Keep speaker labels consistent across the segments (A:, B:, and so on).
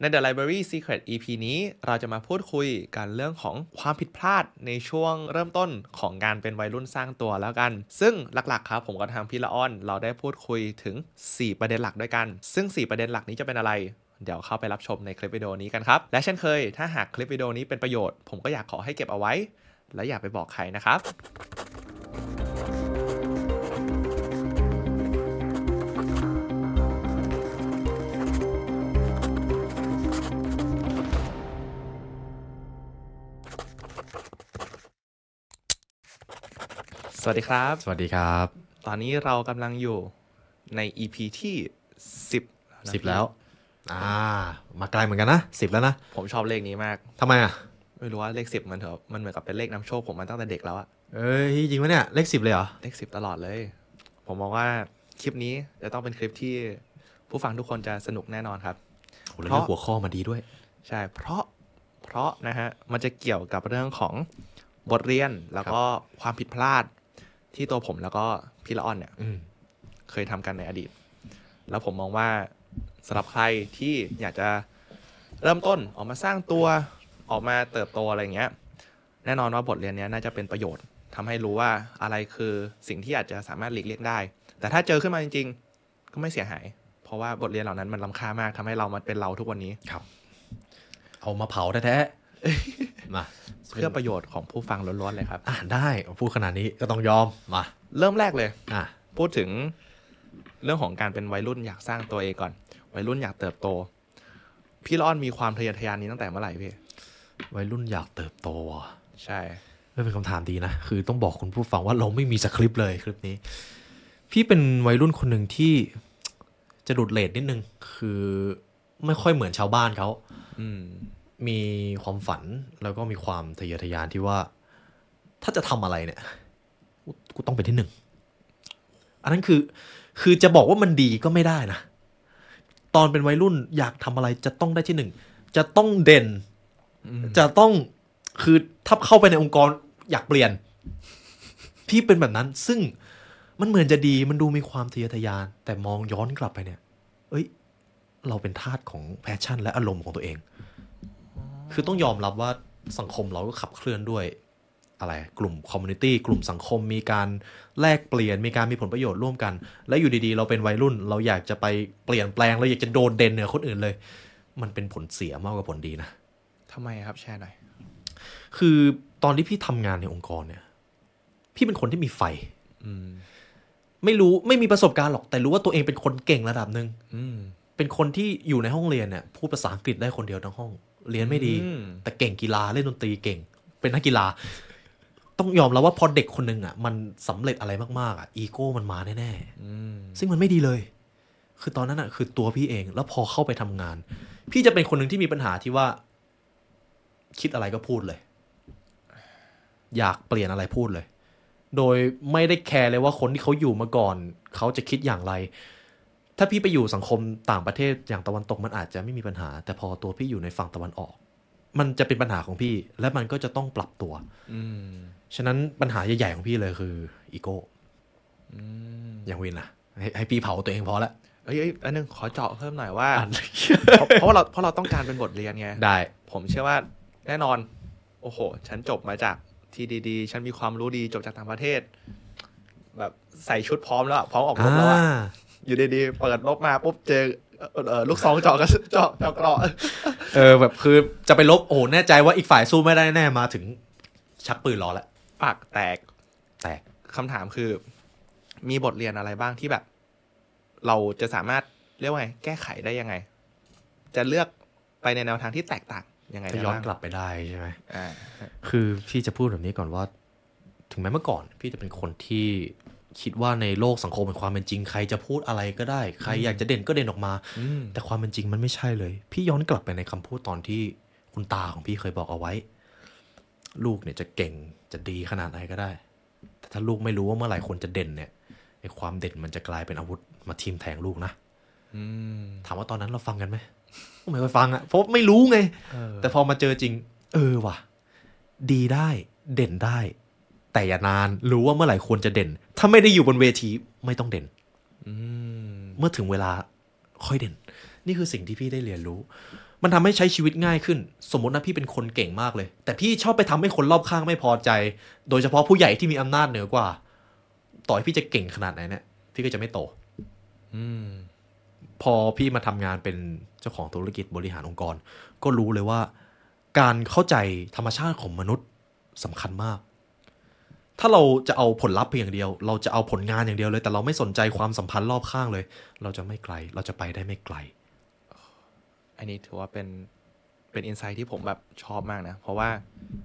A: ใน The Library Secret EP นี้เราจะมาพูดคุยกันเรื่องของความผิดพลาดในช่วงเริ่มต้นของการเป็นวัยรุ่นสร้างตัวแล้วกัน ซึ่งหลักๆครับผมกับทางพี่ละอ้อน เราได้พูดคุยถึง 4 ประเด็นหลักด้วยกัน ซึ่ง 4 ประเด็นหลักนี้จะเป็นอะไร เดี๋ยวเข้าไปรับชมในคลิปวิดีโอนี้กันครับ และเช่นเคย ถ้าหากคลิปวิดีโอนี้เป็นประโยชน์ ผมก็อยากขอให้เก็บเอาไว้ และอย่าไปบอกใครนะครับ สวัสดีครับ
B: สวัสดีครับ
A: ตอนนี้เรากำลังอยู่ใน EP ที่ 10
B: สิบแล้ว อ่า มาไกลเหมือนกันนะสิบแล้วนะ
A: ผมชอบเลขนี้มาก
B: ทำไมอ่ะ
A: ไม่รู้ว่าเลขสิบมันเถอะมันเหมือนกับเป็นเลขนำโชคผมมาตั้งแต่เด็กแล้วอะ
B: เอ้ยจริงปะเนี่ย เลขสิบเลยเหรอ
A: เลขสิบตลอดเลย ผมมองว่าคลิปนี้จะต้องเป็นคลิปที่ผู้ฟังทุกคนจะสนุกแน่นอนครับ
B: โหแล้ว
A: เพราะ
B: เลือกหัวข้อมาดีด้วย
A: ใช่ เพราะเพราะนะฮะมันจะเกี่ยวกับเรื่องของบทเรียนแล้วก็ความผิดพลาดที่ตัวผมแล้วก็พี่ละอ่อนเนี่ย
B: อืม
A: เคยทำกันในอดีต แล้วผมมองว่าสำหรับใครที่อยากจะเริ่มต้นออกมาสร้างตัวออกมาเติบโตอะไรเงี้ย แน่นอนว่าบทเรียนเนี้ยน่าจะเป็นประโยชน์ทำให้รู้ว่าอะไรคือสิ่งที่อาจจะสามารถหลีกเลี่ยงได้ แต่ถ้าเจอขึ้นมาจริง ๆ ก็ไม่เสียหาย เพราะว่าบทเรียนเหล่านั้นมันล้ำค่ามากทำให้เรามันเป็นเราทุกวันนี้
B: ครับ เอามาเผาแท้ๆ มา
A: เพื่อประโยชน์ของผู้ฟังล้วนๆเลยครับ
B: อ่าได้ พูดขนาดนี้ก็ต้องยอม มา
A: เริ่มแรกเลย
B: อ่ะ
A: พูดถึงเรื่องของการเป็นวัยรุ่นอยากสร้างตัวเองก่อน วัยรุ่นอยากเติบโต พี่ร้อนมีความทะเยอทะยานนี้ตั้งแต่เมื่อไหร่พี่
B: วัยรุ่นอยากเติบโตอ่ะ
A: ใช่
B: ไม่เป็นคำถามดีนะ คือต้องบอกคุณผู้ฟังว่าเราไม่มีสคริปต์เลยคลิปนี้ พี่เป็นวัยรุ่นคนหนึ่งที่ จะดุดเลดนิดนึง คือไม่ค่อยเหมือนชาวบ้านเขา
A: อืม
B: มีความฝันแล้วก็มีความทะเยอทะยานที่ว่า ถ้าจะทำอะไรเนี่ยกูกูต้องเป็นที่หนึ่ง อันนั้นคือ คือจะบอกว่ามันดีก็ไม่ได้นะ ตอนเป็นวัยรุ่นอยากทำอะไรจะต้องได้ที่หนึ่ง จะต้องเด่น
A: อืม
B: จะต้องคือถ้าเข้าไปในองค์กรอยากเปลี่ยน พี่เป็นแบบนั้น ซึ่งมันเหมือนจะดีมันดูมีความทะเยอทะยาน แต่มองย้อนกลับไปเนี่ย เอ้ย เราเป็นทาสของแพชชั่น และอารมณ์ของตัวเอง คือต้องยอมรับว่าสังคมเราก็ขับเคลื่อนด้วย อะไรกลุ่มคอมมูนิตี้กลุ่มสังคมมีการแลกเปลี่ยนมีการมีผลประโยชน์ร่วมกัน และอยู่ดีๆ เราเป็นวัยรุ่น เราอยากจะไปเปลี่ยนแปลงเราอยากจะโดดเด่นเหนือคนอื่นเลย มันเป็นผลเสียมากกว่าผลดีนะ
A: ทำไมครับแชร์หน่อย
B: คือตอนที่พี่ทำงานในองค์กรเนี่ย พี่เป็นคนที่มีไฟ
A: อืม
B: ไม่รู้ไม่มีประสบการณ์หรอกแต่รู้ว่าตัวเองเป็นคนเก่งระดับหนึ่ง
A: อืม
B: เป็นคนที่อยู่ในห้องเรียนเนี่ยพูดภาษาอังกฤษได้คนเดียวทั้งห้อง เรียนไม่ดี
A: อืม
B: แต่เก่งกีฬาเล่นดนตรีเก่ง เป็นนักกีฬา ต้องยอมแล้วว่าพอเด็กคนหนึ่งอ่ะ มันสำเร็จอะไรมากๆอ่ะอีโก้มันมาแน่ๆ
A: อืม
B: ซึ่งมันไม่ดีเลย คือตอนนั้นอะคือตัวพี่เอง แล้วพอเข้าไปทำงาน พี่จะเป็นคนหนึ่งที่มีปัญหาที่ว่า คิดอะไรก็พูดเลย อยากเปลี่ยนอะไรพูดเลย โดยไม่ได้แคร์เลยว่าคนที่เขาอยู่มาก่อน เขาจะคิดอย่างไร ถ้าพี่ไปอยู่สังคมต่างประเทศอย่างตะวันตกมันอาจจะไม่มีปัญหา แต่พอตัวพี่อยู่ในฝั่งตะวันออก มันจะเป็นปัญหาของพี่ และมันก็จะต้องปรับตัว
A: อืม
B: ฉะนั้นปัญหาใหญ่ๆของพี่เลยคืออีโก้
A: อืม
B: อย่างวินนะให้ให้พี่เผาตัวเองพอละ
A: เอ้ยเอ้ยอันนึงขอเจาะเพิ่มหน่อยว่า
B: อ่าน
A: เพราะเพราะว่าเราเพราะเราต้องการเป็นบทเรียนไง
B: ได้
A: ผมเชื่อว่าแน่นอน โอ้โห ฉันจบมาจากที่ดีๆ ฉันมีความรู้ดีจบจากต่างประเทศ แบบใส่ชุดพร้อมแล้วอะพร้อมออกรบแล้วอะ อยู่ดีๆเปิดลบมาปุ๊บเจอเอ่อเอ่อลูกซองเจาะกระสุนเจาะเจาะเกราะ
B: เออแบบคือจะไปลบโอ้โหแน่ใจว่าอีกฝ่ายสู้ไม่ได้แน่มาถึงชักปืนรอแล้ว
A: ปากแตก
B: แตก
A: คำถามคือ มีบทเรียนอะไรบ้างที่แบบ เราจะสามารถเรียกว่าไง แก้ไขได้ยังไง จะเลือกไปในแนวทางที่แตกต่างยังไง
B: จะ
A: ได้
B: ย้อน
A: บ้าง
B: กลับไปได้ใช่ไหม
A: อ่า
B: คือพี่จะพูดแบบนี้ก่อนว่า ถึงแม้เมื่อก่อน พี่จะเป็นคนที่คิดว่าในโลกสังคมเป็นความเป็นจริงใครจะพูดอะไรก็ได้ ใครอยากจะเด่นก็เด่นออกมา
A: อืม
B: แต่ความเป็นจริงมันไม่ใช่เลย พี่ย้อนกลับไปในคำพูดตอนที่คุณตาของพี่เคยบอกเอาไว้ ลูกเนี่ยจะเก่งจะดีขนาดไหนก็ได้ แต่ถ้าลูกไม่รู้ว่าเมื่อไหร่คนจะเด่นเนี่ยไอ้ความเด่นมันจะกลายเป็นอาวุธมาทิมแทงลูกนะ
A: อืม
B: ถามว่าตอนนั้นเราฟังกันไหมไม่เคอยฟังอะ่ะเพราะไม่รู้ไง
A: เออ
B: แต่พอมาเจอจริง เออว่ะ ดีได้เด่นได้ แต่อย่านานรู้ว่าเมื่อไหร่ควรจะเด่น ถ้าไม่ได้อยู่บนเวทีไม่ต้องเด่น
A: อืม
B: เมื่อถึงเวลาค่อยเด่น นี่คือสิ่งที่พี่ได้เรียนรู้ มันทำให้ใช้ชีวิตง่ายขึ้น สมมตินะพี่เป็นคนเก่งมากเลย แต่พี่ชอบไปทำให้คนรอบข้างไม่พอใจ โดยเฉพาะผู้ใหญ่ที่มีอำนาจเหนือกว่า ต่อให้พี่จะเก่งขนาดไหนเนี่ยพี่ก็จะไม่โต
A: อืม
B: พอพี่มาทำงานเป็นเจ้าของธุรกิจบริหารองค์กร ก็รู้เลยว่า การเข้าใจธรรมชาติของมนุษย์สำคัญมาก ถ้าเราจะเอาผลลัพธ์เพียงอย่างเดียว เราจะเอาผลงานอย่างเดียวเลย แต่เราไม่สนใจความสัมพันธ์รอบข้างเลย เราจะไม่ไกล เราจะไปได้ไม่ไกล
A: อันนี้ถือว่าเป็นเป็นอินไซต์ที่ผมแบบชอบมากนะ เพราะว่า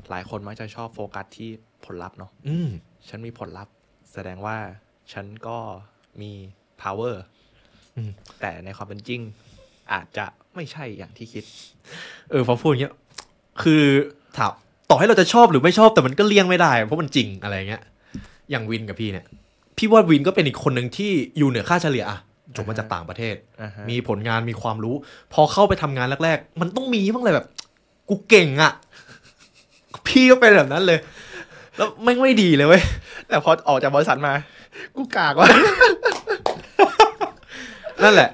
A: หลายคนมักจะชอบโฟกัสที่ผลลัพธ์เนาะ
B: อืม
A: ฉันมีผลลัพธ์ แสดงว่าฉันก็มี power
B: อืม
A: แต่ในความเป็นจริง อาจจะไม่ใช่อย่างที่คิด
B: เออพอพูดอย่างเงี้ย คือถามต่อให้เราจะชอบหรือไม่ชอบแต่มันก็เลี่ยงไม่ได้ เพราะมันจริงอะไรเงี้ย อย่างวินกับพี่เนี่ย พี่ว่าวินก็เป็นอีกคนหนึ่งที่อยู่เหนือค่าเฉลี่ยอะจบมาจากต่างประเทศ
A: อ่าฮะ
B: มีผลงานมีความรู้ พอเข้าไปทำงานแรก ๆ มันต้องมีบ้างเลยแบบ กูเก่งอะ่ะ พี่ก็เป็นแบบนั้นเลย แล้วไม่งไม่ดีเลยเว้ย
A: แต่พอออกจากบริษัทมา กูกากว่ะ
B: นั่นแหละ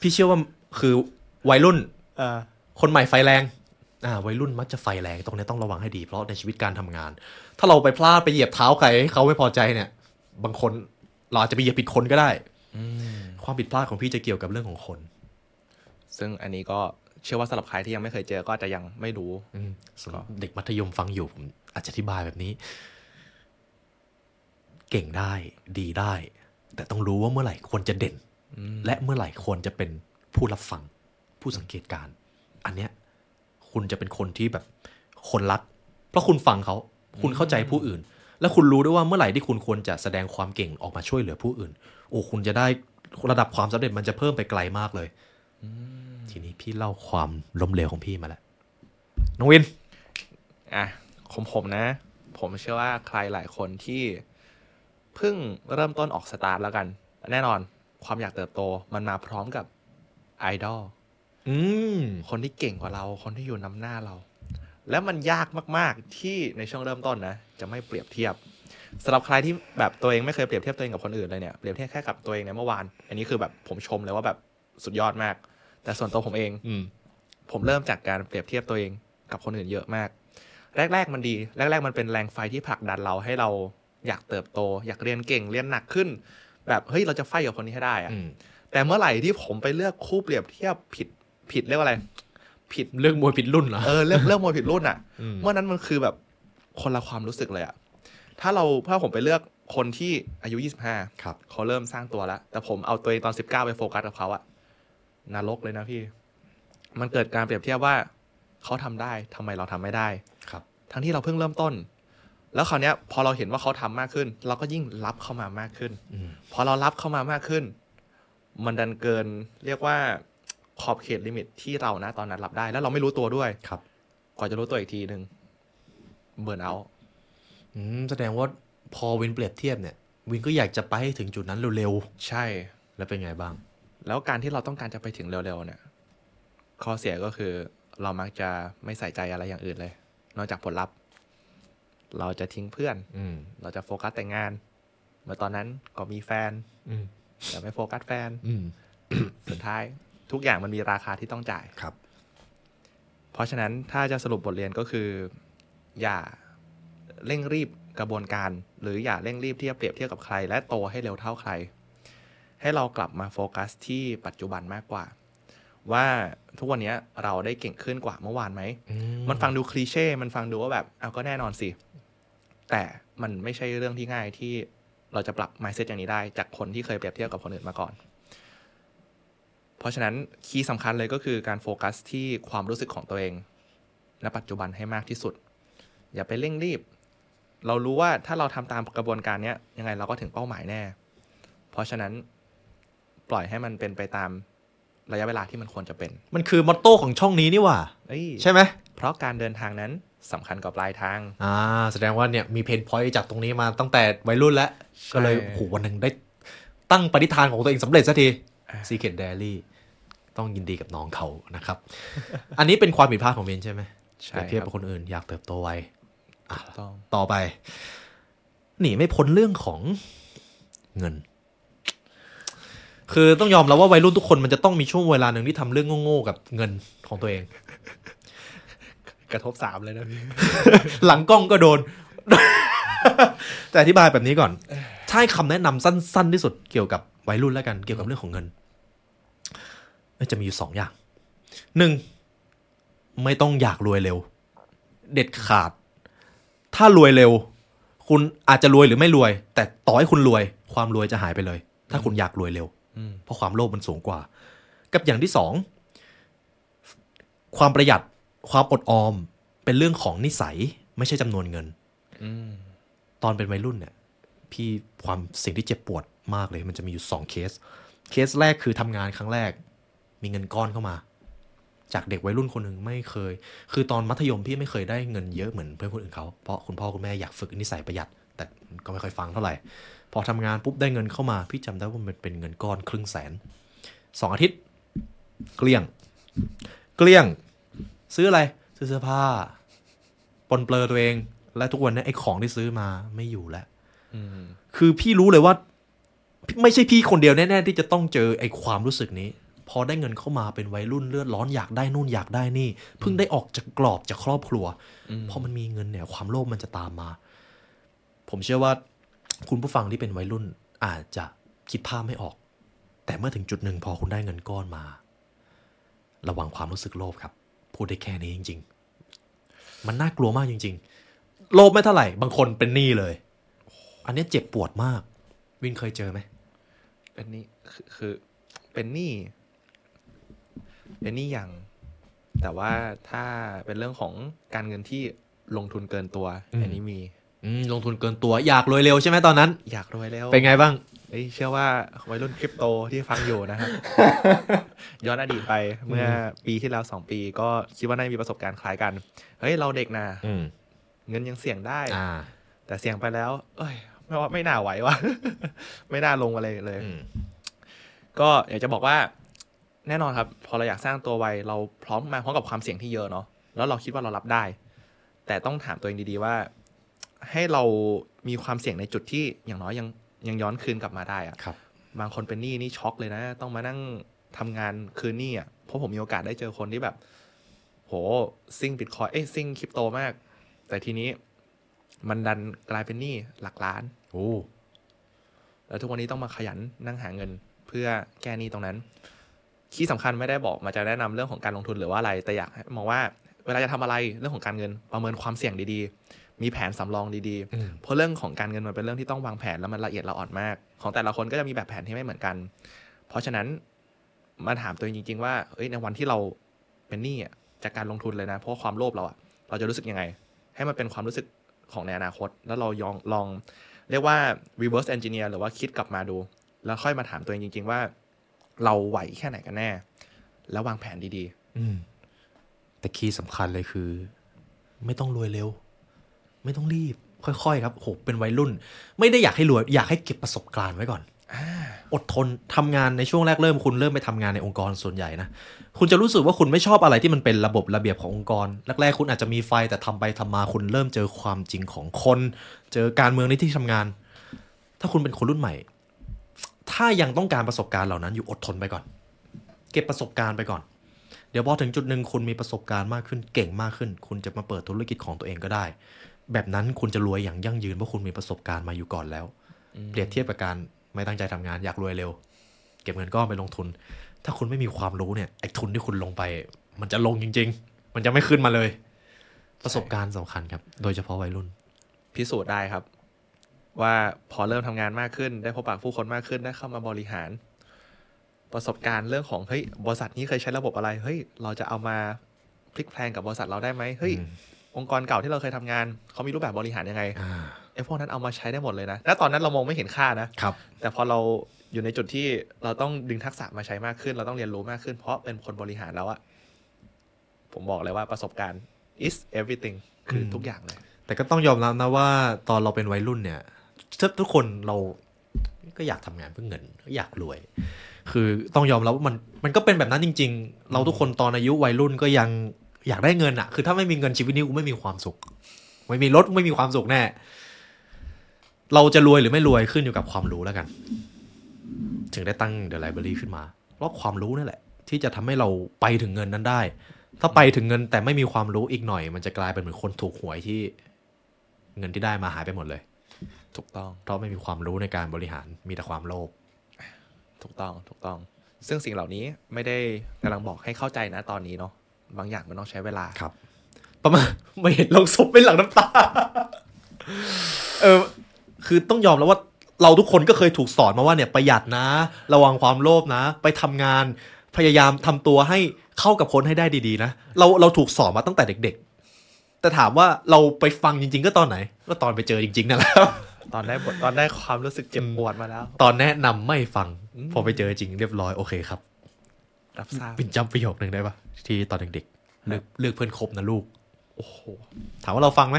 B: พี่เชื่อว่าคือวัยรุ่น คนใหม่ไฟแรง อ่า วัยรุ่นมักจะไฟแรง ตรงนี้ต้องระวังให้ดี เพราะในชีวิตการทำงาน ถ้าเราไปพลาดไปเหยียบเท้าใครให้เขาไม่พอใจเนี่ย บางคนเราอาจจะไปเหยียบผิดคนก็ได้ ความผิดพลาดของพี่จะเกี่ยวกับเรื่องของคน
A: ซึ่งอันนี้ก็เชื่อว่าสำหรับใครที่ยังไม่เคยเจอก็อาจจะยังไม่รู้
B: อืมสำหรับ
A: ก็
B: เด็กมัธยมฟังอยู่ผมอาจจะอธิบายแบบนี้ เก่งได้ดีได้ แต่ต้องรู้ว่าเมื่อไหร่ควรจะเด่น และเมื่อไหร่ควรจะเป็นผู้รับฟัง ผู้สังเกตการณ์อันเนี้ย คุณจะเป็นคนที่แบบคนรัก เพราะคุณฟังเขา คุณเข้าใจผู้อื่น และคุณรู้ด้วยว่าเมื่อไหร่ที่คุณควรจะแสดงความเก่งออกมาช่วยเหลือผู้อื่น โอ้คุณจะได้ระดับความสำเร็จมันจะเพิ่มไปไกลมากเลย ทีนี้พี่เล่าความล้มเหลวของพี่มาแล้วน้องวิน
A: อ่ะของผมนะ ผมเชื่อว่าใครหลายคนที่เพิ่งเริ่มต้นออกสตาร์ทแล้วกัน แน่นอนความอยากเติบโตมันมาพร้อมกับไอดอล
B: อืม
A: คนที่เก่งกว่าเรา คนที่อยู่นำหน้าเรา และมันยากมาก ๆ ที่ในช่วงเริ่มต้นนะ จะไม่เปรียบเทียบสำหรับใครที่แบบตัวเองไม่เคยเปรียบเทียบตัวเองกับคนอื่นเลยเนี่ยเปรียบเทียบแค่กับตัวเองในเมื่อวาน อันนี้คือแบบผมชมเลยว่าแบบสุดยอดมาก แต่ส่วนตัวผมเอง
B: อืม
A: ผมเริ่มจากการเปรียบเทียบตัวเองกับคนอื่นเยอะมาก แรก ๆ มันดี แรก ๆ มันเป็นแรงไฟที่ผลักดันเราให้เราอยากเติบโต อยากเรียนเก่ง เรียนหนักขึ้น แบบเฮ้ยเราจะไฟกับคนนี้ให้ได้อะ
B: อืม
A: แต่เมื่อไหร่ที่ผมไปเลือกคู่เปรียบเทียบผิดผิดเรียกว่าอะไร ผิด
B: เรื่องมวยผิดรุ่นเหรอ
A: เออเลือกเลือกมวยผิดรุ่นอะ
B: ม
A: เมื่อนั้นมันคือแบบคนละความรู้สึกเลยอะถ้าเราถ้าผมไปเลือกคนที่อายุ 25
B: ครับ
A: เขาเริ่มสร้างตัวแล้ว แต่ผมเอาตัวเองตอน 19 ไปโฟกัสกับเขาอะนรกเลยนะพี่ มันเกิดการเปรียบเทียบว่าเขาทำได้ทำไมเราทำไม่ได้
B: ครับ
A: ทั้งที่เราเพิ่งเริ่มต้น แล้วคราวเนี้ยพอเราเห็นว่าเขาทำมากขึ้น เราก็ยิ่งรับเข้ามามากขึ้น
B: อืม
A: พอเรารับเข้ามามากขึ้น มันดันเกินเรียกว่าขอบเขตลิมิตที่เรานะตอนนั้นรับได้ แล้วเราไม่รู้ตัวด้วย
B: ครับ
A: กว่อนจะรู้ตัวอีกทีหนึ่งเบิร์นเอาท์
B: อืมแสดงว่าพอวินเปรียบเทียบเนี่ย วินก็อยากจะไปให้ถึงจุดนั้นเร็ว
A: ใช่
B: ๆ แล้วเป็นไงบ้าง
A: แล้วการที่เราต้องการจะไปถึงเร็วๆเนี่ย ข้อเสียก็คือเรามักจะไม่ใส่ใจอะไรอย่างอื่นเลย นอกจากผลลัพธ์ เราจะทิ้งเพื่อน
B: อืม
A: เราจะโฟกัสแต่งาน เมื่อตอนนั้นก็มีแฟน
B: อืม
A: แต่ไม่โฟกัสแฟน
B: อืม
A: สุดท้าย ทุกอย่างมันมีราคาที่ต้องจ่าย
B: ครับ
A: เพราะฉะนั้นถ้าจะสรุปบทเรียนก็คือ อย่าเร่งรีบกระบวนการ หรืออย่าเร่งรีบที่จะเปรียบเทียบกับใคร และโตให้เร็วเท่าใคร ให้เรากลับมาโฟกัสที่ปัจจุบันมากกว่า ว่าทุกวันนี้เราได้เก่งขึ้นกว่าเมื่อวานไหม
B: อื
A: มันฟังดูคลีเช่มันฟังดูว่าแบบเอาก็แน่นอนสิ แต่มันไม่ใช่เรื่องที่ง่ายที่เราจะปรับ mindset อย่างนี้ได้ จากคนที่เคยเปรียบเทียบกับคนอื่นมาก่อน เพราะฉะนั้นคีย์สำคัญเลยก็คือการโฟกัสที่ความรู้สึกของตัวเองณปัจจุบันให้มากที่สุด อย่าไปเร่งรีบ เรารู้ว่าถ้าเราทำตามกระบวนการเนี้ยยังไงเราก็ถึงเป้าหมายแน่ เพราะฉะนั้นปล่อยให้มันเป็นไปตามระยะเวลาที่มันควรจะเป็น
B: มันคือมอตโต้ของช่องนี้นี่หว่า
A: เอ้ย
B: ใช่ไหม
A: เพราะการเดินทางนั้นสำคัญกว่าปลายทาง
B: อ่า แสดงว่าเนี่ยมีเพนพอยต์จากตรงนี้มาตั้งแต่วัยรุ่นแล้ว
A: ใช่
B: ก็เลยโอ้โหวันหนึ่งได้ตั้งปณิธานของตัวเองสำเร็จสักที Secret Diary ต้องยินดีกับน้องเขานะครับ อันนี้เป็นความผิดพลาดของเบนใช่ไหมเปรียบเทียบกับคนอื่นอยากเติบโตไว
A: ถูกต้อง
B: ต่อไป หนีไม่พ้นเรื่องของเงิน คือต้องยอมแล้วว่าวัยรุ่นทุกคนมันจะต้องมีช่วงเวลาหนึ่งที่ทำเรื่องโง่ๆกับเงิน ของตัวเอง
A: กระทบสามเลยนะพี่
B: หลังกล้องก็โดน แต่อธิบายแบบนี้ก่อน ใช่คำแนะนำสั้น ๆ ที่สุดเกี่ยวกับวัยรุ่นแล้วกัน เกี่ยวกับเรื่องของเงินเอ้ยจะมีอยู่สองอย่างหนึ่งไม่ต้องอยากรวยเร็ว เด็ดขาด ถ้ารวยเร็ว คุณอาจจะรวยหรือไม่รวย แต่ต่อให้คุณรวย ความรวยจะหายไปเลย ถ้าคุณอยากรวยเร็ว
A: อืม
B: เพราะความโลภมันสูงกว่า กับอย่างที่สอง ความประหยัดความอดออมเป็นเรื่องของนิสัยไม่ใช่จำนวนเงิน
A: อืม
B: ตอนเป็นวัยรุ่นเนี่ย พี่ความสิ่งที่เจ็บปวดมากเลย มันจะมีอยู่สองเคส เคสแรกคือทำงานครั้งแรก มีเงินก้อนเข้ามา จากเด็กวัยรุ่นคนหนึ่งไม่เคย คือตอนมัธยมพี่ไม่เคยได้เงินเยอะเหมือนเพื่อนคนอื่นเขาเพราะคุณพ่อคุณแม่อยากฝึกนิสัยประหยัด แต่ก็ไม่ค่อยฟังเท่าไหร่ พอทำงานปุ๊บได้เงินเข้ามา พี่จำได้ว่ามันเป็นเงินก้อนครึ่งแสนสองอาทิตย์ เกลี้ยง เกลี้ยง ซื้ออะไร ซื้อเสื้อผ้า ปลนเปลือตัวเอง และทุกวันเนี้ไอ้ของที่ซื้อมาไม่อยู่แล้ว
A: อืม
B: คือพี่รู้เลยว่า ไม่ใช่พี่คนเดียวแน่ ๆ ที่จะต้องเจอไอ้ความรู้สึกนี้ พอได้เงินเข้ามาเป็นวัยรุ่นเลือดร้อนอยากได้นู่นอยากได้นี่ เพิ่งได้ออกจากกรอบจากครอบครัว
A: อืม
B: พอมันมีเงินเนี่ย ความโลภมันจะตามมา ผมเชื่อว่า คุณผู้ฟังที่เป็นวัยรุ่นอาจจะคิดภาพไม่ออก แต่เมื่อถึงจุดหนึ่งพอคุณได้เงินก้อนมา ระวังความรู้สึกโลภครับ พูดได้แค่นี้จริง ๆ มันน่ากลัวมากจริง ๆ โลภไม่เท่าไหร่บางคนเป็นหนี้เลย อันเนี้ยเจ็บปวดมาก วินเคยเจอไหม
A: อันนี้คือคือเป็นหนี้เป็นหนี้ยัง แต่ว่าถ้าเป็นเรื่องของการเงินที่ลงทุนเกินตัว อันนี้มี
B: อืมลงทุนเกินตัวอยากรวยเร็วใช่ไหมตอนนั้น
A: อยากรวยแล้ว
B: เป็นไงบ้าง
A: เอ้ยเชื่อว่าวัยรุ่นคริปโตที่ฟังอยู่ นะครับ ย้อนอดีตไปเมื่อปีที่แล้วสองปี ก็คิดว่าน่าจะมีประสบการณ์คล้ายกัน เฮ้ย เราเด็กนะ
B: อืม
A: เงินยังเสี่ยงได้
B: อ่า
A: แต่เสี่ยงไปแล้ว เอ้ย ไม่ว่าไม่น่าไหววะ ไม่น่าลงอะไรเลย
B: อืม
A: ก็อยากจะบอกว่าแน่นอนครับ พอเราอยากสร้างตัวไวเราพร้อมมาพร้อมกับความเสี่ยงที่เยอะเนาะแล้วเราคิดว่าเรารับได้ แต่ต้องถามตัวเองดีๆว่า ให้เรามีความเสี่ยงในจุดที่อย่างน้อยยังยังย้อนคืนกลับมาได้อะ
B: ครับ
A: บางคนเป็นหนี้นี่ช็อกเลยนะ ต้องมานั่งทำงานคืนหนี้อ่ะเพราะผมมีโอกาสได้เจอคนที่แบบ โหซิ่งบิตคอยเอ้ยซิ่งคริปโตมาก แต่ทีนี้มันดันกลายเป็นหนี้หลักล้าน
B: โอ้
A: แล้วทุกวันนี้ต้องมาขยันนั่งหาเงินเพื่อแก้หนี้ตรงนั้นที่สำคัญไม่ได้บอกมาจะแนะนำเรื่องของการลงทุนหรือว่าอะไร แต่อยากให้มองว่าเวลาจะทำอะไรเรื่องของการเงินประเมินความเสี่ยงดีๆ มีแผนสำรองดี
B: อืม
A: ๆ เพราะเรื่องของการเงินมันเป็นเรื่องที่ต้องวางแผนแล้วมันละเอียดละอ่อนมาก ของแต่ละคนก็จะมีแบบแผนที่ไม่เหมือนกัน เพราะฉะนั้นมาถามตัวเองจริง ๆ ว่าเอ้ยในวันที่เราเป็นหนี้อะจากการลงทุนเลยนะ เพราะว่าความโลภเราอะเราจะรู้สึกยังไง ให้มันเป็นความรู้สึกของในอนาคต แล้วเรายองลอง เรียกว่า reverse engineer หรือว่าคิดกลับมาดู แล้วค่อยมาถามตัวเองจริง ๆ ว่า เราไหวแค่ไหนกันแน่ แล้ววางแผนดี
B: อืมแต่คีย์สำคัญเลยคือ ไม่ต้องรวยเร็ว ไม่ต้องรีบ ค่อยๆ ครับโหเป็นวัยรุ่น ไม่ได้อยากให้รวย อยากให้เก็บประสบการณ์ไว้ก่อน
A: ๆอ่า
B: อดทนทำงานในช่วงแรกเริ่มคุณเริ่มไปทำงานในองค์กรส่วนใหญ่นะคุณจะรู้สึกว่าคุณไม่ชอบอะไรที่มันเป็นระบบระเบียบขององค์กรแรกๆคุณอาจจะมีไฟแต่ทำไปทำมาคุณเริ่มเจอความจริงของคน เจอการเมืองในที่ทำงาน ถ้าคุณเป็นคนรุ่นใหม่ ถ้ายังต้องการประสบการณ์เหล่านั้นอยู่อดทนไปก่อน เก็บประสบการณ์ไปก่อน เดี๋ยวพอถึงจุดหนึ่งคุณมีประสบการณ์มากขึ้นเก่งมากขึ้น คุณจะมาเปิดธุรกิจของตัวเองก็ได้ แบบนั้นคุณจะรวยอย่างยั่งยืนเพราะคุณมีประสบการณ์มาอยู่ก่อนแล้ว เปรียบเทียบกับการไม่ตั้งใจทำงานอยากรวยเร็ว เก็บเงินก้อนไปลงทุน ถ้าคุณไม่มีความรู้เนี่ยไอ้ทุนที่คุณลงไป มันจะลงจริง ๆ มันจะไม่ขึ้นมาเลย ประสบการณ์สำคัญครับ โดยเฉพาะวัยรุ่น
A: พิสูจน์ได้ครับ ว่าพอเริ่มทำงานมากขึ้น ได้พบปะผู้คนมากขึ้นได้เข้ามาบริหาร ประสบการณ์เรื่องของเฮ้ยบริษัทนี้เคยใช้ระบบอะไรเฮ้ยเราจะเอามาพลิกแพลงกับบริษัทเราได้ไหมเฮ้ย
B: อืม
A: องค์กรเก่าที่เราเคยทำงานเขามีรูปแบบบริหารยังไง
B: อ่า
A: ไอ้พวกนั้นเอามาใช้ได้หมดเลยนะณตอนนั้นเรามองไม่เห็นค่านะ
B: ครับ
A: แต่พอเราอยู่ในจุดที่เราต้องดึงทักษะมาใช้มากขึ้น เราต้องเรียนรู้มากขึ้น เพราะเป็นคนบริหารแล้วอะผมบอกเลยว่าประสบการณ์ is everything คืออ
B: ม
A: ทุกอย่างเลย
B: แต่ก็ต้องยอมรับนะว่าตอนเราเป็นวัยรุ่นเนี่ยทุกคนเราก็อยากทำงานเพื่อเงินอยากรวย คือต้องยอมรับว่ามันมันก็เป็นแบบนั้นจริง ๆ เราทุกคนตอนอายุวัยรุ่นก็ยังอยากได้เงินอะคือถ้าไม่มีเงินชีวิตนี้กูไม่มีความสุข ไม่มีรถไม่มีความสุขแน่ เราจะรวยหรือไม่รวยขึ้นอยู่กับความรู้แล้วกัน ถึงได้ตั้ง The Library ขึ้นมา เพราะความรู้นี่แหละ ที่จะทำให้เราไปถึงเงินนั้นได้ ถ้าไปถึงเงินแต่ไม่มีความรู้อีกหน่อย มันจะกลายเป็นเหมือนคนถูกหวยที่ เงินที่ได้มาหายไปหมดเลย
A: ถูกต้อง
B: เพราะไม่มีความรู้ในการบริหารมีแต่ความโลภ
A: ถูกต้อง ถูกต้อง ซึ่งสิ่งเหล่านี้ไม่ได้กำลังบอกให้เข้าใจนะตอนนี้เนาะ บางอย่างมันต้องใช้เวลา
B: ครับ ประมาณ ไม่เห็นลงศพเป็นหลังน้ำตา เออ คือต้องยอมแล้วว่าเราทุกคนก็เคยถูกสอนมาว่าเนี่ยประหยัดนะ ระวังความโลภนะ ไปทำงาน พยายามทำตัวให้เข้ากับคนให้ได้ดีๆนะ เราเราถูกสอนมาตั้งแต่เด็ก ๆ แต่ถามว่าเราไปฟังจริง ๆ ก็ตอนไหน ก็ตอนไปเจอจริงๆนั่นแหละ
A: ตอนได้บทตอนได้ความรู้สึกเจ็บปวดมาแล้ว
B: ตอนแนะนำไม่ฟัง
A: อืม
B: พอไปเจอจริงเรียบร้อยโอเคครับ
A: รับทราบ
B: เป็นจำประโยคหนึ่งได้ปะที่ตอนเด็กๆเลือกเลือกเพื่อนคบนะลูก
A: โอ้โห
B: ถามว่าเราฟังไหม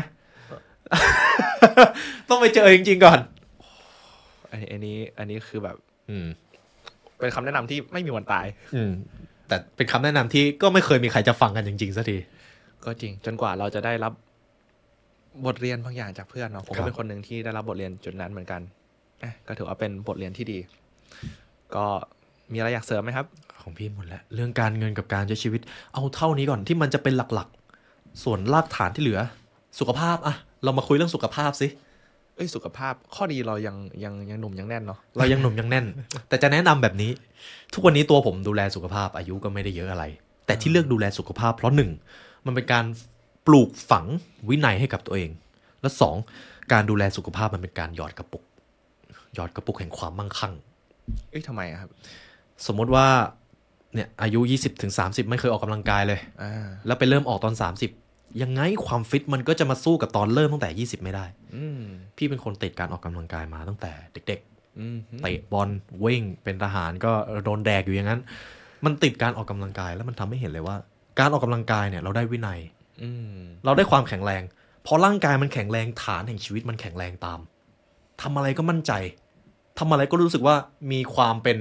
B: ต้อง ไปเจอจริงๆก่อน
A: อันนี้ อันนี้ อันนี้คือแบบ
B: อืม
A: เป็นคำแนะนำที่ไม่มีวันตาย
B: อืม แต่เป็นคำแนะนำที่ก็ไม่เคยมีใครจะฟังกันจริงๆสักที
A: ก็จริง จนกว่าเราจะได้รับบทเรียนบางอย่างจากเพื่อนเนาะ ผม
B: ครั
A: ก็
B: บ
A: เป็นคนหนึ่งที่ได้รับบทเรียนจุดนั้นเหมือนกันอ่ะก็ถือว่าเป็นบทเรียนที่ดี ก็มีอะไรอยากเสริมไหมครับ
B: ของพี่หมดแล้ว เรื่องการเงินกับการใช้ชีวิต เอาเท่านี้ก่อนที่มันจะเป็นหลักๆ ส่วนรากฐานที่เหลือ สุขภาพอะเรามาคุยเรื่องสุขภาพสิ
A: เอ้ยสุขภาพข้อดีเรายังยังยังหนุ่มยังแน่นเนาะ
B: เรายังหนุ่มยังแน่น แต่จะแนะนำแบบนี้ ทุกวันนี้ตัวผมดูแลสุขภาพอายุก็ไม่ได้เยอะอะไร แต่ที่เลือกดูแลสุขภาพเพราะหนึ่งมันเป็นการปลูกฝังวินัยให้กับตัวเอง และสองการดูแลสุขภาพมันเป็นการหยอดกระปุก หยอดกระปุกแห่งความมั่งคั่ง
A: เอ้ยทำไมอะครับ
B: สมมติว่าเนี่ยอายุ 20-30ถึง30 ไม่เคยออกกำลังกายเลย
A: อ่า
B: แล้วไปเริ่มออกตอน 30 ยังไงความฟิตมันก็จะมาสู้กับตอนเริ่มตั้งแต่ 20 ไม่ได้
A: อืม
B: พี่เป็นคนติดการออกกำลังกายมาตั้งแต่เด็ก ๆ
A: อืม
B: เตะบอลวิ่งเป็นทหารก็โดนแดกอยู่อย่างนั้น มันติดการออกกำลังกายแล้วมันทำให้เห็นเลยว่า การออกกำลังกายเนี่ยเราได้วินัย
A: อืม
B: เราได้ความแข็งแรงพอร่างกายมันแข็งแรงฐานแห่งชีวิตมันแข็งแรงตามทำอะไรก็มั่นใจทำอะไรก็รู้สึกว่ามีความเป็น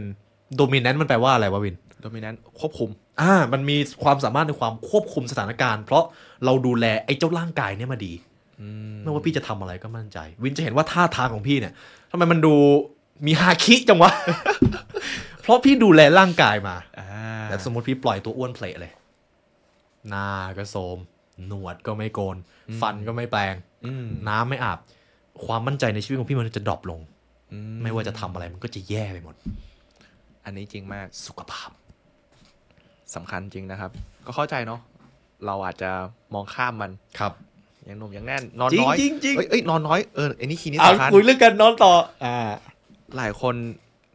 B: โดมิเนนต์มันแปลว่าอะไรวะวิน
A: โดมิแนนควบคุม
B: อ่ามันมีความสามารถในความควบคุมสถานการณ์ เพราะเราดูแลไอ้เจ้าร่างกายเนี่ยมาดี
A: อืม
B: ไม่ว่าพี่จะทำอะไรก็มั่นใจ วินจะเห็นว่าท่าทางของพี่เนี่ยทำไมมันดูมีฮาคิจังวะ เพราะพี่ดูแลร่างกายมา
A: อ่า
B: แต่สมมติพี่ปล่อยตัวอ้วนเพลทเลย หน้าก็โทรมหนวดก็ไม่โกน ฟันก็ไม่แปลง
A: อืม
B: น้ำไม่อาบ ความมั่นใจในชีวิตของพี่มันจะดรอปลง
A: อื
B: ไม่ว่าจะทำอะไรมันก็จะแย่ไปหมด
A: อันนี้จริงมาก
B: สุขภาพ
A: สำคัญจริงนะครับ ก็เข้าใจเนาะเราอาจจะมองข้ามมัน
B: ครับ
A: ยังหนุ่มยังแน่น นอน
B: จริง
A: น้อย
B: จริงจริง
A: เอ้ยเอ้ยนอนน้อยเออไอ้นี่คีย์นี้
B: เอา
A: สำคัญ
B: คุยเรื่องกันนอนต่อ อ่า
A: หลายคน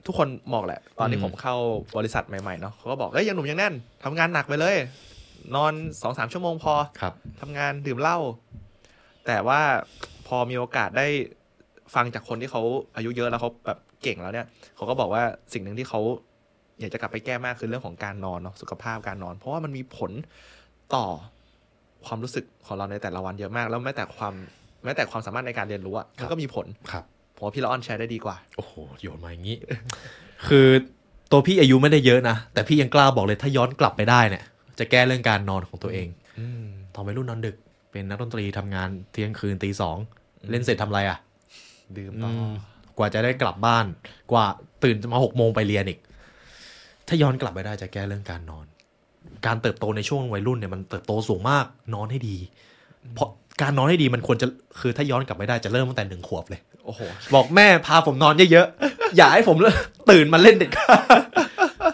A: ทุกคนบอกแหละ ตอนที่
B: อืม
A: ผมเข้าบริษัทใหม่ๆเนาะเขาก็บอกเอ้ยยังหนุ่มยังแน่นทำงานหนักไปเลย นอนสองสามชั่วโมงพอ
B: ครับ
A: ทำงานดื่มเหล้าแต่ว่าพอมีโอกาสได้ฟังจากคนที่เขาอายุเยอะแล้วเขาแบบเก่งแล้วเนี่ยเขาก็บอกว่าสิ่งหนึ่งที่เขาอยากจะกลับไปแก้มากคือเรื่องของการนอนเนาะสุขภาพการนอน เพราะว่ามันมีผลต่อความรู้สึกของเราในแต่ละวันเยอะมาก แล้วแม้แต่ความแม้แต่ความสามารถในการเรียนรู้อะ
B: ค
A: มั
B: รับ
A: นก็มีผล
B: ครับ
A: ผมว่าพี่ละออนแชร์ได้ดีกว่า
B: โอ้โหโยนมาอย่างนี้ คือตัวพี่อายุไม่ได้เยอะนะ แต่พี่ยังกล้าบอกเลยถ้าย้อนกลับไปได้เนี่ย จะแก้เรื่องการนอนของตัวเอง
A: อืม
B: ตอนไปรุ่นนอนดึก เป็นนักดนตรีทำงานเที่ยงคืนตีสอง
A: อืม
B: เล่นเสร็จทำอะไรอ่ะ
A: ดื่ม
B: อื
A: ต่ออ
B: มกว่าจะได้กลับบ้าน กว่าตื่นมาหกโมงไปเรียนอีก ถ้าย้อนกลับไปได้จะแก้เรื่องการนอน การเติบโตในช่วงวัยรุ่นเนี่ยมันเติบโตสูงมากนอนให้ดี เพราะการนอนให้ดีมันควรจะคือถ้าย้อนกลับไปได้จะเริ่มตั้งแต่หนึ่งขวบเลย
A: โอ้โห
B: บอกแม่พาผมนอนเยอะๆ อย่าให้ผมเลิกตื่นมาเล่นเด็ดขาด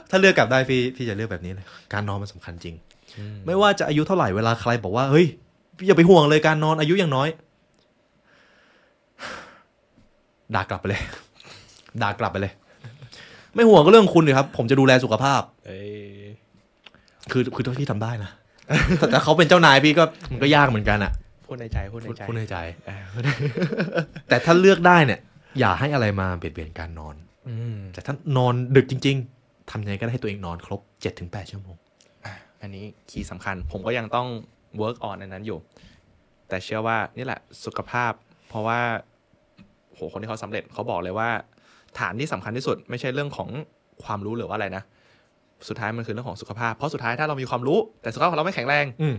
B: ถ้าเลือกกลับได้พี่พี่จะเลือกแบบนี้เลยการนอนมันสำคัญจริง
A: อืม
B: ไม่ว่าจะอายุเท่าไหร่เวลาใครบอกว่าเฮ้ยพี่อย่าไปห่วงเลยการนอนอายุอย่างน้อย ด่ากลับไปเลย ด่ากลับไปเลย ไม่ห่วงก็เรื่องคุณเลยครับ ผมจะดูแลสุขภาพ
A: เอ้ย
B: คือคือถ้าพี่ทำได้นะแต่แต่เขาเป็นเจ้านายพี่ก็มันก็ยากเหมือนกันอะ
A: พูดในใจพูดในใจ
B: พูดในใจ
A: อ่า
B: แต่ถ้าเลือกได้เนี่ย อย่าให้อะไรมาเบียดเบียนการนอน
A: อืม
B: แต่ถ้านอนดึกจริง ๆ ทำยังไงก็ได้ให้ตัวเองนอนครบ 7-8 ชั่วโมง
A: อันนี้คีย์สำคัญ ผมก็ยังต้อง work on อันนั้นอยู่ แต่เชื่อว่านี่แหละสุขภาพ เพราะว่าโหคนที่เขาสำเร็จเขาบอกเลยว่า ฐานที่สำคัญที่สุด ไม่ใช่เรื่องของความรู้หรือว่าอะไรนะ สุดท้ายมันคือเรื่องของสุขภาพ เพราะสุดท้ายถ้าเรามีความรู้ แต่สุขภาพของเราไม่แข็งแรง
B: อืม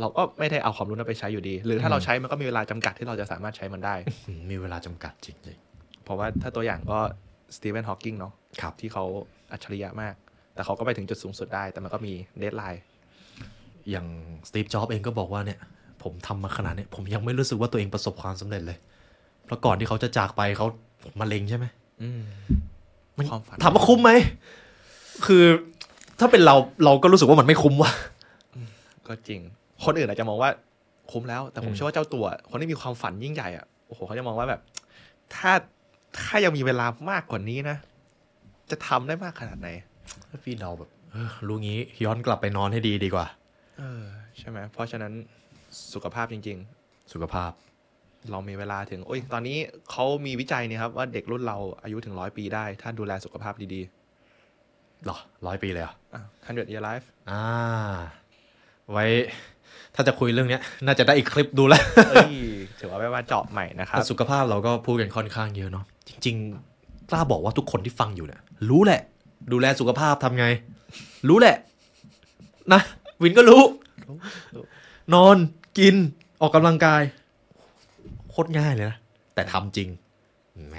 A: เราก็ไม่ได้เอาความรู้นั้นไปใช้อยู่ดี หรือถ้าเราใช้มันก็มีเวลาจำกัดที่เราจะสามารถใช้มันได้
B: มีเวลาจำกัดจริง
A: เพราะว่าถ้าตัวอย่างก็สตีเวนฮอว์กิงเนาะ
B: ครับ
A: ที่เขาอัจฉริยะมาก แต่เขาก็ไปถึงจุดสูงสุดได้ แต่มันก็มีเดทไลน์
B: ๆ อย่างสตีฟจ็อบส์เองก็บอกว่าเนี่ย ผมทำมาขนาดเนี้ยผมยังไม่รู้สึกว่าตัวเองประสบความสำเร็จเลย เพราะก่อนที่เขาจะจากไปเขามะเร็งใช่ไหม
A: อืม
B: มัน
A: ความฝัน
B: ถามว่าคุ้มไหม คือถ้าเป็นเราเราก็รู้สึกว่ามันไม่คุ้มว่ะ
A: ก็จริง คนอื่นอาจจะมองว่าคุ้มแล้ว แต่ผ
B: อื
A: ม
B: ม
A: เชื่อว่าเจ้าตัว คนที่มีความฝันยิ่งใหญ่อ่ะ โอ้โห เขาจะมองว่าแบบ ถ้า ถ้ายังมีเวลามากกว่านี้นะ จะทำได้มากขนาดไหน
B: พี่เราแบบเออรู้งี้ย้อนกลับไปนอนให้ดีดีกว่า
A: เออ ใช่ไหม เพราะฉะนั้นสุขภาพจริง
B: สุขภาพ
A: ๆ เรามีเวลาถึง โอ้ย ตอนนี้เขามีวิจัยเนี่ยครับว่าเด็กรุ่นเราอายุถึงร้อยปีได้ ถ้าดูแลสุขภาพดี
B: เหรอร้อยปีเลยเหรอ
A: ๆอ่ะ100 year life
B: อ่า ไว้ ถ้าจะคุยเรื่องเนี้ย น่าจะได้อีกคลิปดูแล้ว
A: เอ้ยถือว่าไม่ว่าเจาะใหม่นะครับ
B: แต่สุขภาพเราก็พูดกันค่อนข้างเยอะเนาะจริง ๆ กล้าบอกว่าทุกคนที่ฟังอยู่เนี่ยรู้แหละ ดูแลสุขภาพทำไง รู้แหละ นะ วินก็รู้ นอนกินออกกำลังกาย โคตรง่ายเลยนะ แต่ทำจริงแหม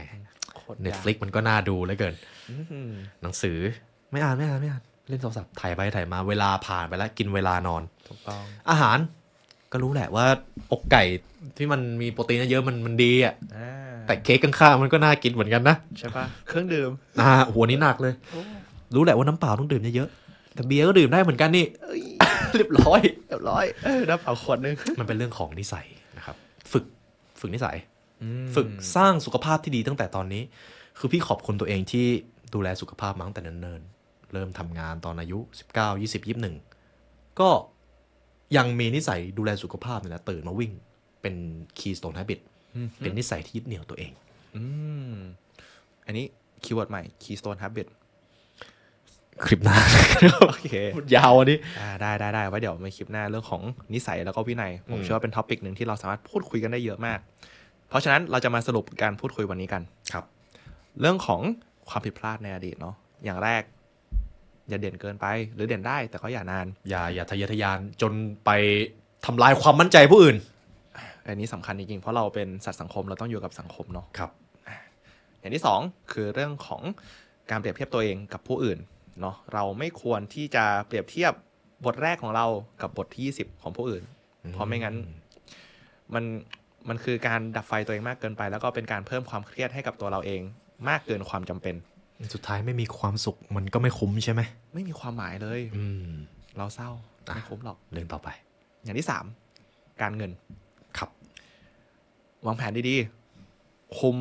B: Netflix มันก็น่าดูเหลือเกิน
A: อืม
B: หนังสือ ไม่อ่านไม่อ่านไม่อ่าน เล่นโทรศัพท์ถ่ายไปถ่ายมาเวลาผ่านไปแล้ว กินเวลานอน
A: ถูกต้อง
B: อาหารก็รู้แหละว่าอกไก่ที่มันมีโปรตีนเยอะๆมันมันดีอ่ะ
A: อ่า
B: แต่เค้กข้างๆมันก็น่ากินเหมือนกันนะ
A: ใช่ปะเครื่องดื่ม
B: อ่าหัวนี้หนักเลย รู้แหละว่าน้ำเปล่าต้องดื่มเยอะๆแต่เบียร์ก็ดื่มได้เหมือนกันนี่ เรีย บร้อย
A: เรียบร้อยเออน้ำเปล่าขวดนึง
B: มันเป็นเรื่องของนิสัยนะครับ ฝึกฝึกนิสัย ฝึกสร้างสุขภาพที่ดีตั้งแต่ตอนนี้ คือพี่ขอบคุณตัวเองที่ดูแลสุขภาพมาตั้งแต่เนิ่นๆ เริ่มทำงานตอนอายุ 19 20 21 ก็ยังมีนิสัยดูแลสุขภาพเนี่ยนะตื่นมาวิ่งเป็น keystone habit เป็นนิสัยที่ยึดเหนี่ยวตัวเอง
A: อืมอันนี้คีย์เวิร์ดใหม่ Keystone Habit
B: คลิปหน้า
A: โอเค
B: พูดยาวอันนี้
A: อ่าได้ได้ได้ไว้เดี๋ยวมาคลิปหน้าเรื่องของนิสัยแล้วก็วินัย ผ
B: อื
A: ม
B: ม
A: เชื่อว่าเป็นท็อปิกหนึ่งที่เราสามารถพูดคุยกันได้เยอะมาก เพราะฉะนั้นเราจะมาสรุปการพูดคุยวันนี้กัน
B: ครับ
A: เรื่องของความผิดพลาดในอดีตเนาะอย่างแรก อย่าเด่นเกินไป หรือเด่นได้แต่ก็อย่านาน
B: อย่าอย่าทะเยอทะยานจนไปทำลายความมั่นใจผู้อื่น
A: อันนี้สำคัญจริงๆเพราะเราเป็นสัตว์สังคมเราต้องอยู่กับสังคมเนาะ
B: ครับ
A: อย่างที่ 2 คือเรื่องของการเปรียบเทียบตัวเองกับผู้อื่นเนาะเราไม่ควรที่จะเปรียบเทียบบทแรกของเรากับบทที่ 20 ของผู้อื่น เพราะไม่งั้นมันมันคือการดับไฟตัวเองมากเกินไป แล้วก็เป็นการเพิ่มความเครียดให้กับตัวเราเอง มากเกินความจำเป็น
B: สุดท้ายไม่มีความสุขมันก็ไม่คุ้มใช่ไหม
A: ไม่มีความหมายเลย
B: อืม
A: เราเศร้าไม่คุ้มหรอก
B: เรื่องต่อไป
A: อย่างที่ 3 การเงิน
B: ครับ
A: วางแผนดีๆ คุม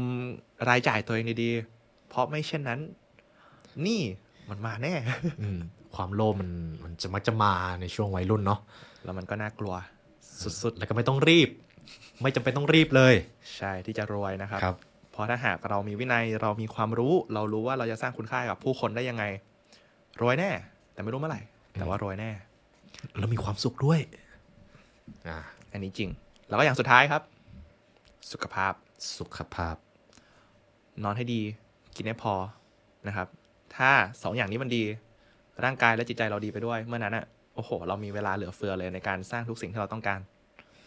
A: รายจ่ายตัวเองดีๆ เพราะไม่เช่นนั้น นี่มันมาแน่
B: อืมความโลภมันมันจะมักจะมาในช่วงวัยรุ่นเนาะ
A: แล้วมันก็น่ากลัว
B: สุดๆ แล้วก็ไม่ต้องรีบ ไม่จำเป็นต้องรีบเลย
A: ใช่ที่จะรวยนะครับ
B: ครับ
A: เพราะถ้าหากเรามีวินัยเรามีความรู้ เรารู้ว่าเราจะสร้างคุณค่ากับผู้คนได้ยังไง รวยแน่ แต่ไม่รู้เมื่อไหร่ แต่ว่ารวยแน่
B: แล้วมีความสุขด้วยอ่า
A: อันนี้จริง แล้วก็อย่างสุดท้ายครับ สุขภาพ
B: สุขภาพ
A: นอนให้ดี กินให้พอนะครับ ถ้าสองอย่างนี้มันดี ร่างกายและจิตใจเราดีไปด้วย เมื่อนั้นอ่ะโอ้โห เรามีเวลาเหลือเฟือเลยในการสร้างทุกสิ่งที่เราต้องการ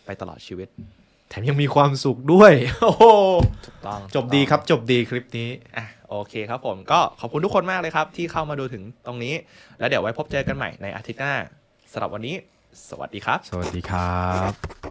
A: ไปตลอดชีวิต
B: แถมยังมีความสุขด้วย โอ้โห
A: ถูกต้อง
B: จบดีครับจบดีคลิปนี้
A: อ่ะโอเคครับผมก็ขอบคุณทุกคนมากเลยครับ ที่เข้ามาดูถึงตรงนี้ แล้วเดี๋ยวไว้พบเจอกันใหม่ในอาทิตย์หน้าสำหรับวันนี้ สวัสดีครับ
B: สวัสดีครับ